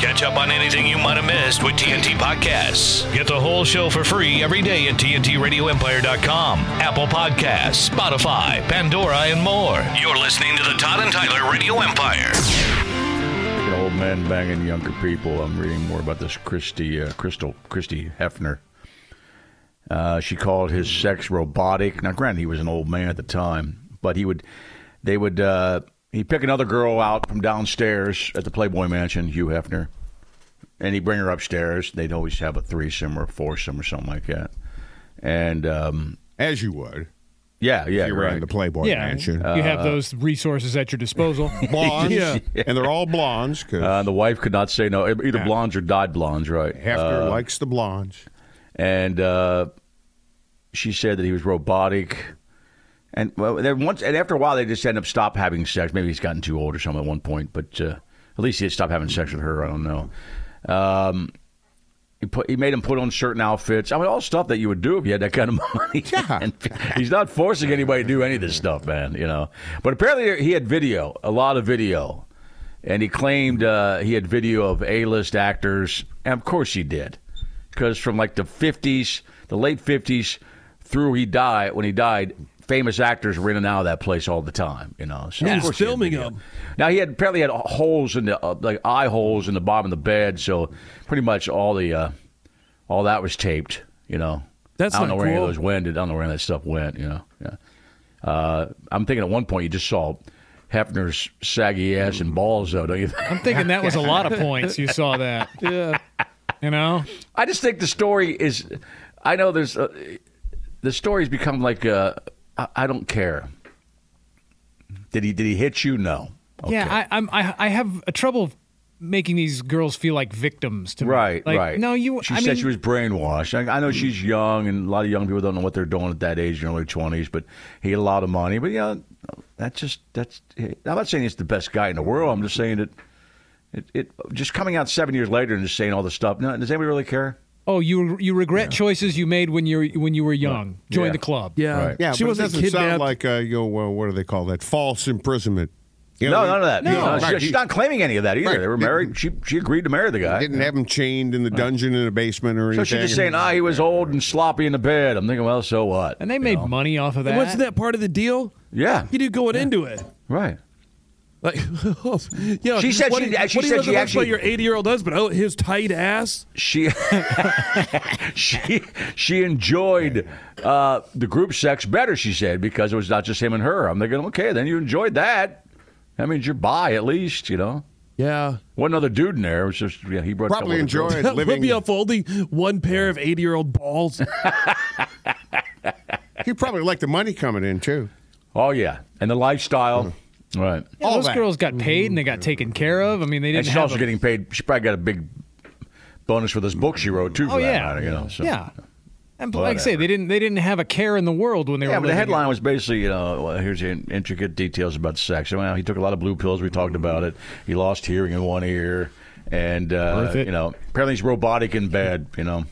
Catch up on anything you might have missed with TNT Podcasts. Get the whole show for free every day at TNTRadioEmpire.com, Apple Podcasts, Spotify, Pandora, and more. You're listening to the Todd and Tyler Radio Empire. An old men banging younger people. I'm reading more about this Christy uh, Crystal Christy Hefner. Uh, she called his sex robotic. Now, granted, he was an old man at the time, but he would, they would, uh, he'd pick another girl out from downstairs at the Playboy Mansion, Hugh Hefner, and he'd bring her upstairs. They'd always have a threesome or a foursome or something like that. And um, As you would. yeah, yeah, if you right. Uh, ran the Playboy yeah, Mansion. you have those resources at your disposal. blondes. Yeah. And they're all blondes because uh, the wife could not say no. Either blondes or dyed blondes, right? Hefner likes the blondes. and uh, she said that he was robotic. And well, then once and after a while, they just end up stop having sex. Maybe he's gotten too old or something at one point, but uh, at least he had stopped having sex with her. I don't know. Um, he put he made him put on certain outfits. I mean, all stuff that you would do if you had that kind of money. Yeah. he's not forcing anybody to do any of this stuff, man. You know. But apparently, he had video, a lot of video, and he claimed uh, he had video of A-list actors, and of course he did, because from like the '50s, the late '50s through he died when he died. Famous actors were in and out of that place all the time, you know. So of Who's course he had filming video. them? Now he had apparently had holes in the uh, like eye holes in the bottom of the bed, so pretty much all the uh, all that was taped. You know, That's I don't not know where any cool. of those went. I don't know where any of that stuff went. You know, yeah. Uh, I'm thinking at one point you just saw Hefner's saggy ass and balls, though, don't you? think? I'm thinking that was a lot of points. You saw that. Yeah. You know, I just think the story is. I know there's uh the story's become like uh, I, I don't care. Did he did he hit you? No. yeah. I, I'm. I, I have a trouble making these girls feel like victims to me. Right, Like, right. No, you. She I said mean, she was brainwashed. I, I know she's young, and a lot of young people don't know what they're doing at that age, in their early twenties. But he had a lot of money. But yeah, that's just that's. I'm not saying he's the best guy in the world. I'm just saying that it, it just coming out seven years later and just saying all this stuff. No, does anybody really care? Oh, you you regret choices you made when you when you were young. Join Yeah. the club. Yeah, Right. Yeah, but she it wasn't doesn't kidnapped. sound like, uh, you know, well, what do they call that? False imprisonment. You no, know, none of that. No. she- Right. she's not claiming any of that either. Right. They were married. She she agreed to marry the guy. Didn't have them chained in the dungeon in a basement or so anything. she's just saying, ah, he was old and sloppy in the bed. I'm thinking, well, so what? And they made money off of that. Wasn't that part of the deal? Yeah. You do going into it. Right. Like, you know, She said what she- do you- she what do you said look she at actually- by your 80 year old husband? Oh, his tight ass. she she she enjoyed uh, the group sex better. She said because it was not just him and her. I'm thinking, okay, then you enjoyed that. That means you're bi at least, you know. Yeah, One other dude in there it was just yeah, he brought a Probably couple other girls. enjoyed that would living. be unfolding one pair of 80 year old balls. He probably liked the money coming in, too. Oh yeah, and the lifestyle, Hmm. right? Yeah, all those that. girls got paid and they got taken care of. I mean, they And didn't. she's have also a- getting paid. She probably got a big bonus for this book she wrote too. For Oh that yeah. matter, you know. So. Yeah. And like I say, Whatever. they didn't they didn't have a care in the world when they Yeah, were. but the living it. headline was basically, you know, well, here's the in- intricate details about sex. Well, he took a lot of blue pills. We talked about it. He lost hearing in one ear, and uh, Worth it. you know, apparently he's robotic in bed. You know,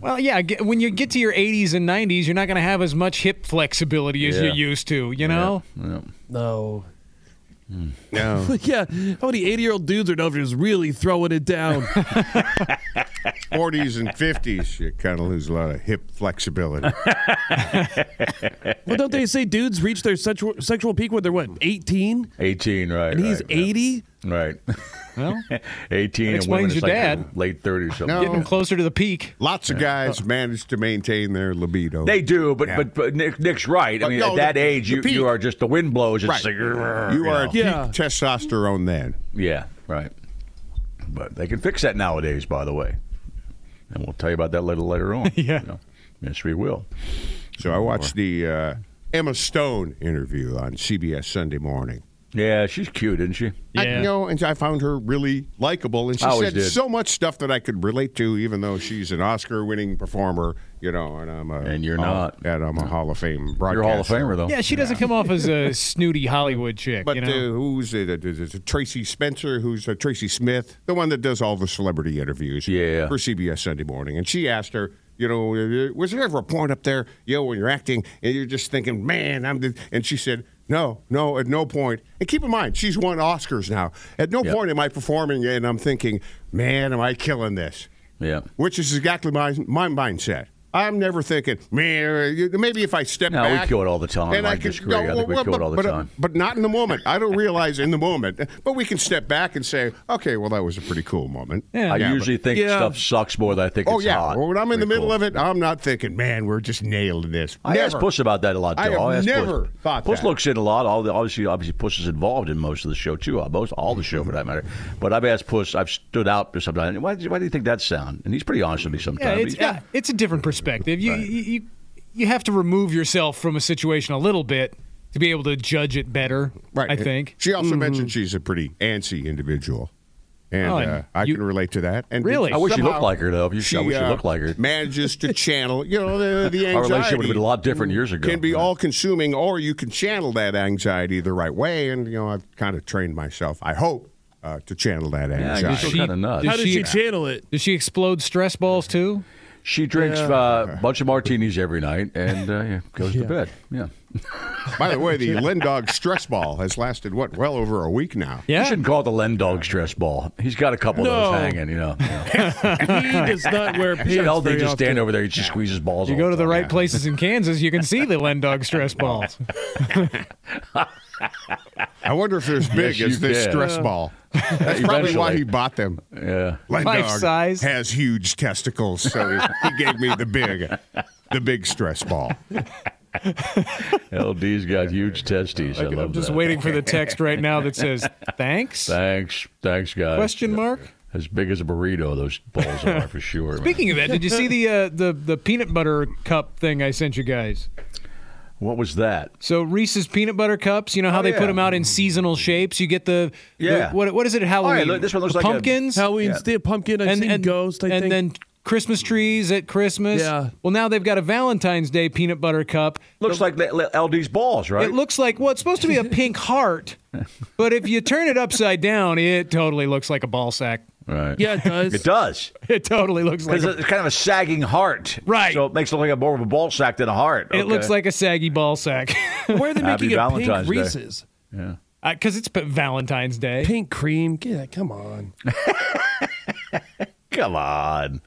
Well, yeah. ge- When you get to your 80s and 90s, you're not going to have as much hip flexibility as Yeah. you used to. You know. no. No. Yeah, how many 80 year old dudes are over just really throwing it down? 40s and 50s, you kind of lose a lot of hip flexibility. Well, don't they say dudes reach their sexual sexual peak when they're what eighteen? 18, right. And he's right, yeah. eighty. Right. Well, 18 and explains women, it's your like dad. late 30s or something. No. getting closer to the peak. Lots of guys manage to maintain their libido. They do, but Yeah. but, but Nick, Nick's right. I But mean, no, at that the- age, the you, peak. you are just the wind blows. It's Right. like, you are at Yeah. peak testosterone then. yeah, right. But they can fix that nowadays, by the way. And we'll tell you about that later later on. Yeah. you know. yes, we will. So I watched the uh, Emma Stone interview on CBS Sunday morning. Yeah, she's cute, isn't she? I, Yeah. you know, and I found her really likable, and she I always said did. so much stuff that I could relate to, even though she's an Oscar-winning performer, you know, and I'm a And you're Hall- not. and I'm a Hall of Fame broadcaster. You're a Hall of Famer, though. Yeah, she doesn't come off as a snooty Hollywood chick. But you know? uh, who's it? Uh, is it Tracy Spencer? Who's uh, Tracy Smith? The one that does all the celebrity interviews. Yeah. For CBS Sunday Morning, and she asked her, you know, uh, was there ever a point up there, yo, when you're acting and you're just thinking, man, I'm, the-" and she said. No, no, at no point. And keep in mind, she's won Oscars now. At no Yeah. point am I performing and I'm thinking, man, am I killing this? Yeah. Which is exactly my, my mindset. I'm never thinking, man, you- maybe if I step No, we back. kill it all the time. I disagree. I think we kill but, it all the but, time. But not in the moment. I don't realize in the moment. But we can step back and say, okay, well, that was a pretty cool moment. I but- usually think Yeah. stuff sucks more than I think Oh, it's yeah. hot. Well, when I'm in the Pretty middle cool. of it, I'm not thinking, man, we're just nailing this. I never. asked Puss about that a lot. Too. I have I'll ask never Puss. thought Puss that. looks in a lot. All the, obviously, obviously, Puss is involved in most of the show too. uh, Most all the show for that matter. But I've asked Puss. I've stood out for sometimes. Why, do- why do you think that sound? And he's pretty honest with me sometimes. yeah, But it's he's- uh, it's a different perspective. You, you you you have to remove yourself from a situation a little bit to be able to judge it better. Right. I think. Mm-hmm. She also mentioned she's a pretty antsy individual. And, Oh, and uh, I you- can relate to that. And Really? I wish she somehow looked like her though. You- I wish she uh, looked like her. Manages to channel, you know, the, the anxiety. Our relationship would have been a lot different years ago. Can be all consuming, or you can channel that anxiety the right way. And, you know, I've kind of trained myself, I hope, uh, to channel that I anxiety. guess so. kinda nuts. How Does did she, she channel it? does she explode stress balls too? She drinks uh, a bunch of martinis every night and uh, yeah, goes to bed. Yeah, By the way, the Lindog stress ball has lasted, what, well over a week now. you Yeah. shouldn't call it the Len Dog stress ball. He's got a couple of No. those hanging. You know, He does not wear pants. you know they very just stand often. over there. He just squeezes balls. You all go to the time. right places in Kansas, you can see the Lendog stress balls. I wonder if they're as big Yes, as you this did. stress ball. That's probably why Eventually. he bought them. Yeah. Lindog Life size. has huge testicles, so he gave me the big, the big stress ball. LD's got huge testes. I love I'm just that. waiting for the text right now that says thanks. Thanks, thanks, guys. Question mark. As big as a burrito, those balls are for sure. man. Speaking of that, did you see the uh, the the peanut butter cup thing I sent you guys? What was that? So Reese's peanut butter cups, you know how they put 'em Oh, put yeah. them out in seasonal shapes. You get the, the- Yeah. what what is it? Halloween. look, this one looks The like a- pumpkins. Halloween's the pumpkin. I've seen ghost. I and think. then Christmas trees at Christmas. Yeah. Well, now they've got a Valentine's Day peanut butter cup. Looks like the- the LD's balls, right? It looks like well, it's supposed to be a pink heart, but if you turn it upside down, it totally looks like a ball sack. right. yeah, it does. It does. It totally looks like It's, a, a- it's kind of a sagging heart. Right. So it makes it look like a more of a ball sack than a heart. it looks like a saggy ball sack. Where are they Happy making it Valentine's pink Day. Reese's? Because Uh, it's Valentine's Day. Pink cream? Yeah, come on. Come on.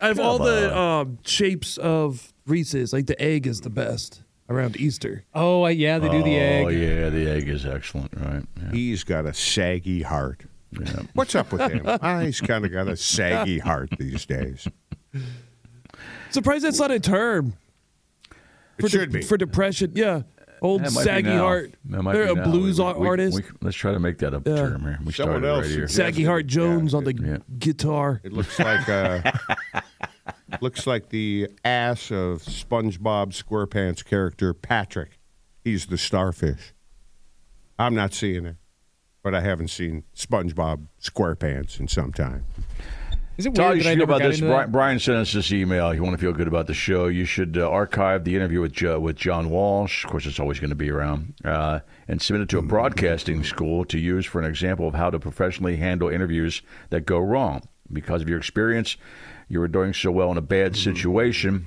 Out of all the um, shapes of Reese's, like the egg is the best around Easter. Oh uh, yeah, they do the egg. Oh, yeah. The egg is excellent, right? Yeah. He's got a saggy heart. What's up with him? Ah, he's kind of got a saggy heart these days. Surprised that's not a term It should be. for depression. Yeah, old That might be saggy now. heart. That might They're be a now. blues We- ar- we- artist. we- let's try to make that a term here. We Someone started else right here. should- saggy heart Jones on the Yeah. guitar. it looks like uh, looks like the ass of SpongeBob SquarePants character Patrick. He's the starfish. I'm not seeing it, but I haven't seen SpongeBob SquarePants in some time. Is it weird Todd, you that I should know never about got this. into that? Brian, Brian sent us this email. If you want to feel good about the show, you should uh, archive the interview with jo- with John Walsh. Of course, it's always going to be around, uh, and submit it to a broadcasting school to use for an example of how to professionally handle interviews that go wrong. Because of your experience, you were doing so well in a bad Mm-hmm. situation.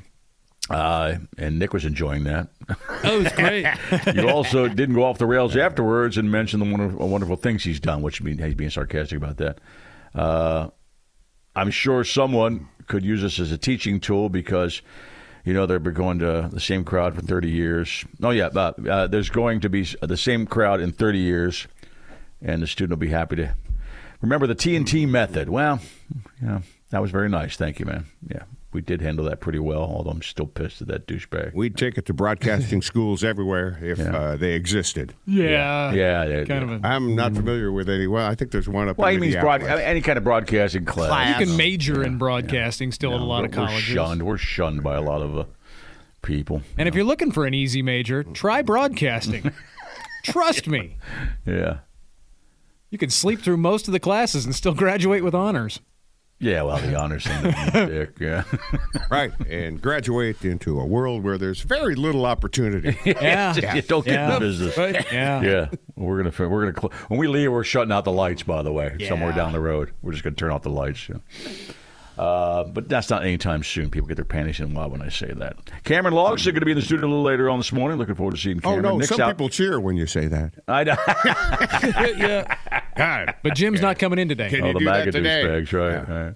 Uh, and Nick was enjoying that. Oh, it's great. You also didn't go off the rails afterwards and mention the wonderful, wonderful things he's done, which mean, he's being sarcastic about that. Uh, I'm sure someone could use this as a teaching tool because, you know, they've been going to the same crowd for 30 years. Oh, yeah, uh, uh, there's going to be s- the same crowd in 30 years, and the student will be happy to remember the TNT method. Well, you know, that was very nice. Thank you, man. Yeah, we did handle that pretty well, although I'm still pissed at that douchebag. We'd take it to broadcasting schools everywhere if uh, they existed. Yeah. yeah, yeah, Kind of yeah. a. I'm not familiar with any. Well, I think there's one up. Mm. Well, in he means broad- Minneapolis. any kind of broadcasting class. You can major in broadcasting still at a lot of We're- colleges. We're shunned. We're shunned by a lot of uh, people. And if you're looking for an easy major, try broadcasting. Trust me, Yeah. you can sleep through most of the classes and still graduate with honors. Yeah, well, the honors thing. doesn't stick, yeah. right, and graduate into a world where there's very little opportunity. Yeah. Yeah, Don't get Yeah. in the business. Right? Yeah. Yeah, we're gonna fin- we're gonna cl- when we leave, we're shutting out the lights. By the way, somewhere down the road, we're just gonna turn off the lights. yeah. Uh, but that's not anytime soon. People get their panties in a lot when I say that. Cameron Logs are going to be in the studio a little later on this morning. Looking forward to seeing oh Cameron. no, Nick's some out. people cheer when you say that. I know. Yeah, yeah. God, But Jim's not coming in today. Can oh, you the do that MAGA today? douchebags, right? Yeah. right.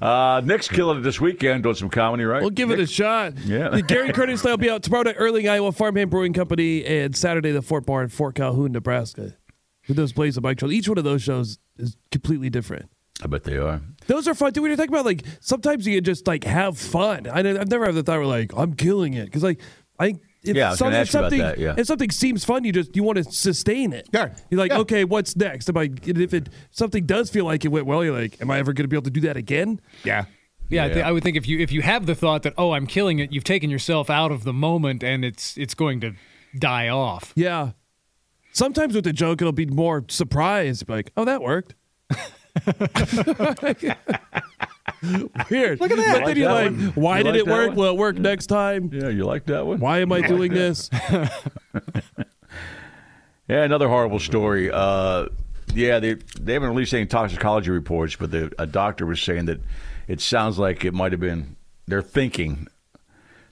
Uh, Nick's killing it this weekend doing some comedy, right? We'll give it a shot. Yeah. The Gary Curtis Style will be out tomorrow at Erling, Iowa Farmhand Brewing Company and Saturday the Fort Bar in Fort Calhoun, Nebraska. With those plays of bike shows. Each one of those shows is completely different. I bet they are. Those are fun too. When you're talking about like sometimes you can just like have fun. I didn't- I've never had the thought where like I'm killing it because like I if, Yeah, I was some- gonna if ask you about something that, yeah. if something seems fun, you just you want to sustain it. Yeah, You're like yeah. okay, what's next? Am I if it something does feel like it went well, you're like, am I ever going to be able to do that again? yeah. Yeah, I, thi- I would think if you if you have the thought that oh I'm killing it, you've taken yourself out of the moment and it's it's going to die off. Yeah. Sometimes with a joke, it'll be more surprised, like, oh, that worked. Weird. Look at that. But then you're that like, one. why You did like it that work? one? Well, it worked next time. Yeah, you like that one? Why am I doing this? Yeah, another horrible story. Uh, yeah, they they haven't released any toxicology reports, but the, a doctor was saying that it sounds like it might have been they're thinking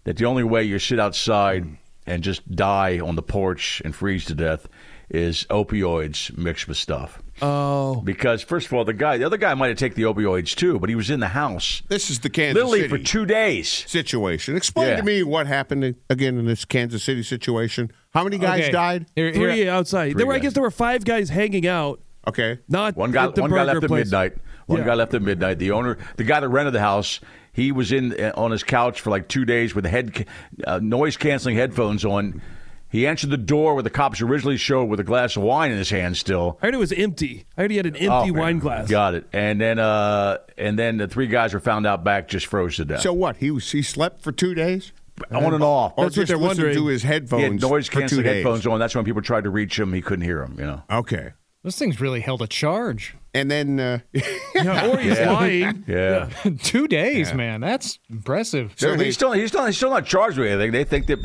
that the only way you sit outside and just die on the porch and freeze to death is opioids mixed with stuff. Oh, Because first of all, the guy, the other guy might have taken the opioids too, but he was in the house This is the Kansas literally City for two days. situation. Explain Yeah. to me what happened again in this Kansas City situation. How many guys Okay. died? Here- here- three outside. there were, I guys. guess there were five guys hanging out. Okay. Not One guy, at the one guy burger left at place. midnight. One Yeah. guy left at midnight. The owner, the guy that rented the house, he was in uh, on his couch for like two days with head ca- uh, noise canceling headphones on. He answered the door where the cops originally showed with a glass of wine in his hand still. I heard it was empty. I heard he had an empty Oh, man. wine glass. Got it. And then, uh, and then the three guys were found out back just froze to death. So what? He was, he slept for two days. on and off. Or That's what just they're listened wondering. to his He headphones. had noise for two canceling days. headphones on. That's when people tried to reach him. He couldn't hear him. You know. Okay. Those things really held a charge. And then uh, Yeah, or he's lying. Yeah. Two days, man. That's impressive. So So they- he's still he's still he's still not charged with anything. They think that,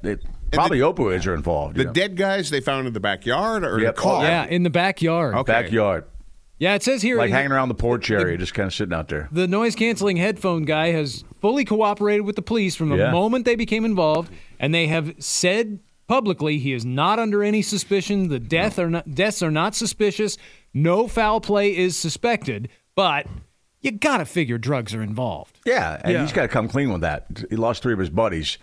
that probably opioids are involved. the you know. dead guys they found in the backyard or in Yep. the car. Yeah, in the backyard. Okay. backyard. Yeah, it says here like he- hanging around the porch area, just kind of sitting out there. the noise canceling headphone guy has fully cooperated with the police from the Yeah. moment they became involved, and they have said publicly he is not under any suspicion. The death are not, deaths are not suspicious. No foul play is suspected, but you gotta figure drugs are involved. Yeah, and Yeah. he's got to come clean with that. He lost three of his buddies.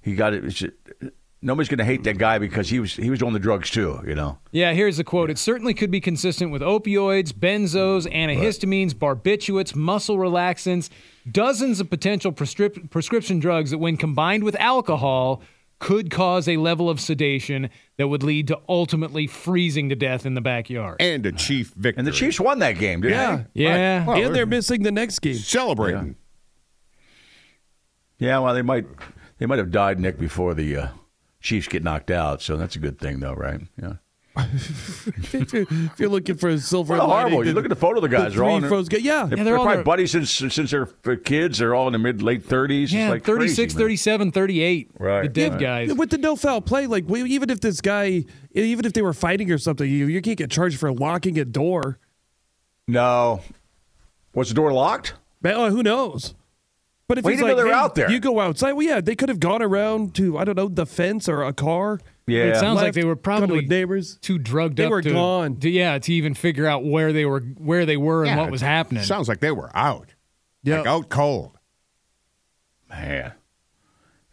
He got it. it's- Nobody's going to hate that guy because he was he was on the drugs too. You know. Yeah, here's a quote. It certainly could be consistent with opioids, benzos, antihistamines, barbiturates, muscle relaxants, dozens of potential prescrip- prescription drugs that, when combined with alcohol, could cause a level of sedation that would lead to ultimately freezing to death in the backyard. And a chief victory. And the Chiefs won that game, didn't Yeah. they? yeah. Well, and they're missing the next game. celebrating. Yeah. Well, they might they might have died Nick before the uh, Chiefs get knocked out, so that's a good thing though, right? Yeah. if you're looking for a silver What a lining, horrible! You the- look at the photo. of The guys the are all three in their- froze- yeah. they're, Yeah, they're they're all probably their- buddies since since they're kids. They're all in the mid late thirties. Yeah, like 36, crazy, man. 37, 38. Right, The dead right. guys. With the no foul play, like we, even if this guy, even if they were fighting or something, you, you can't get charged for locking a door. No, was the door locked? Man, oh, who knows? But if Wait he's until like, they're hey, out there. you go outside. Well, yeah, they could have gone around to I don't know the fence or a car. Yeah. It sounds like Left, they were gone to probably with neighbors. too drugged They up. were to, gone. to- yeah, to even figure out where they were, where they were, and what was happening. Sounds like they were out. Yeah. Like out cold. Man,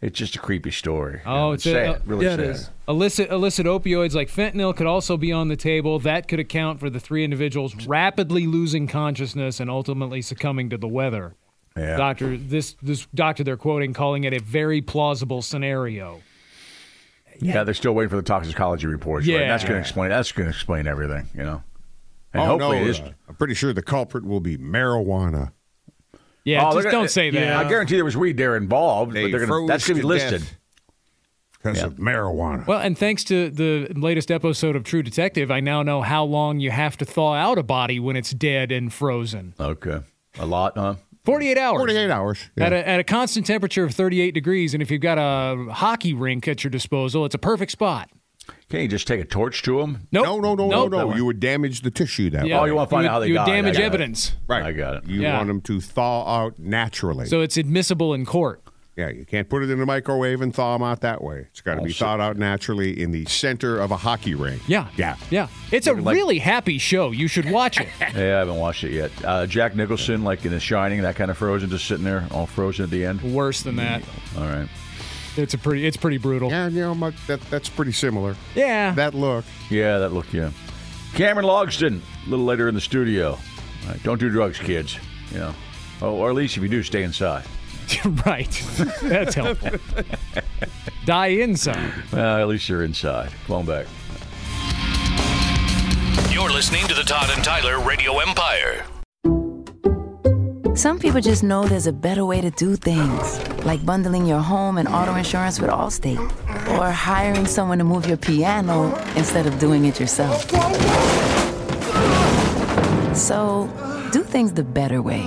it's just a creepy story. Oh, You know, it's a- sad. uh, really yeah, it sad. is. Illicit, illicit opioids like fentanyl could also be on the table. That could account for the three individuals rapidly losing consciousness and ultimately succumbing to the weather. Yeah. Doctor, this this doctor they're quoting calling it a very plausible scenario. Yeah, they're still waiting for the toxicology reports. right? Yeah. that's going to explain. That's going to explain everything. You know, and oh, hopefully no, it is. uh, I'm pretty sure the culprit will be marijuana. Yeah, Oh, they're just gonna- don't say that. I guarantee there was weed there involved, but they're gonna, that's going to be listed. because of marijuana. Well, and thanks to the latest episode of True Detective, I now know how long you have to thaw out a body when it's dead and frozen. Okay, a lot, huh? 48 hours. 48 hours. At, Yeah. a, at a constant temperature of 38 degrees, and if you've got a hockey rink at your disposal, it's a perfect spot. Can't you just take a torch to them? Nope. no, no, no, Nope. no, no. You would damage the tissue that Yeah. Oh, way. you want to find You out how would- they you would got it. I damage got it. evidence. Right. I got it. You Yeah. want them to thaw out naturally. So it's admissible in court. yeah, you can't put it in the microwave and thaw them out that way. It's got Oh, to be thawed out naturally in the center of a hockey rink. Yeah. Yeah. Yeah. It's a really happy show. You should watch it. Yeah, I haven't watched it yet. Uh, Jack Nicholson, like in The Shining, that kind of frozen, just sitting there, all frozen at the end. Worse than that. All right. It's a pretty it's pretty brutal. Yeah, you know, my, that, that's pretty similar. Yeah. That look. Yeah, that looked, yeah. Cameron Logston, a little later in the studio. All right, don't do drugs, kids. You know, oh, or at least if you do, stay inside. right. That's helpful. Die inside. Well, at least you're inside. Come on back. You're listening to the Todd and Tyler Radio Empire. Some people just know there's a better way to do things, like bundling your home and auto insurance with Allstate, or hiring someone to move your piano instead of doing it yourself. So, do things the better way.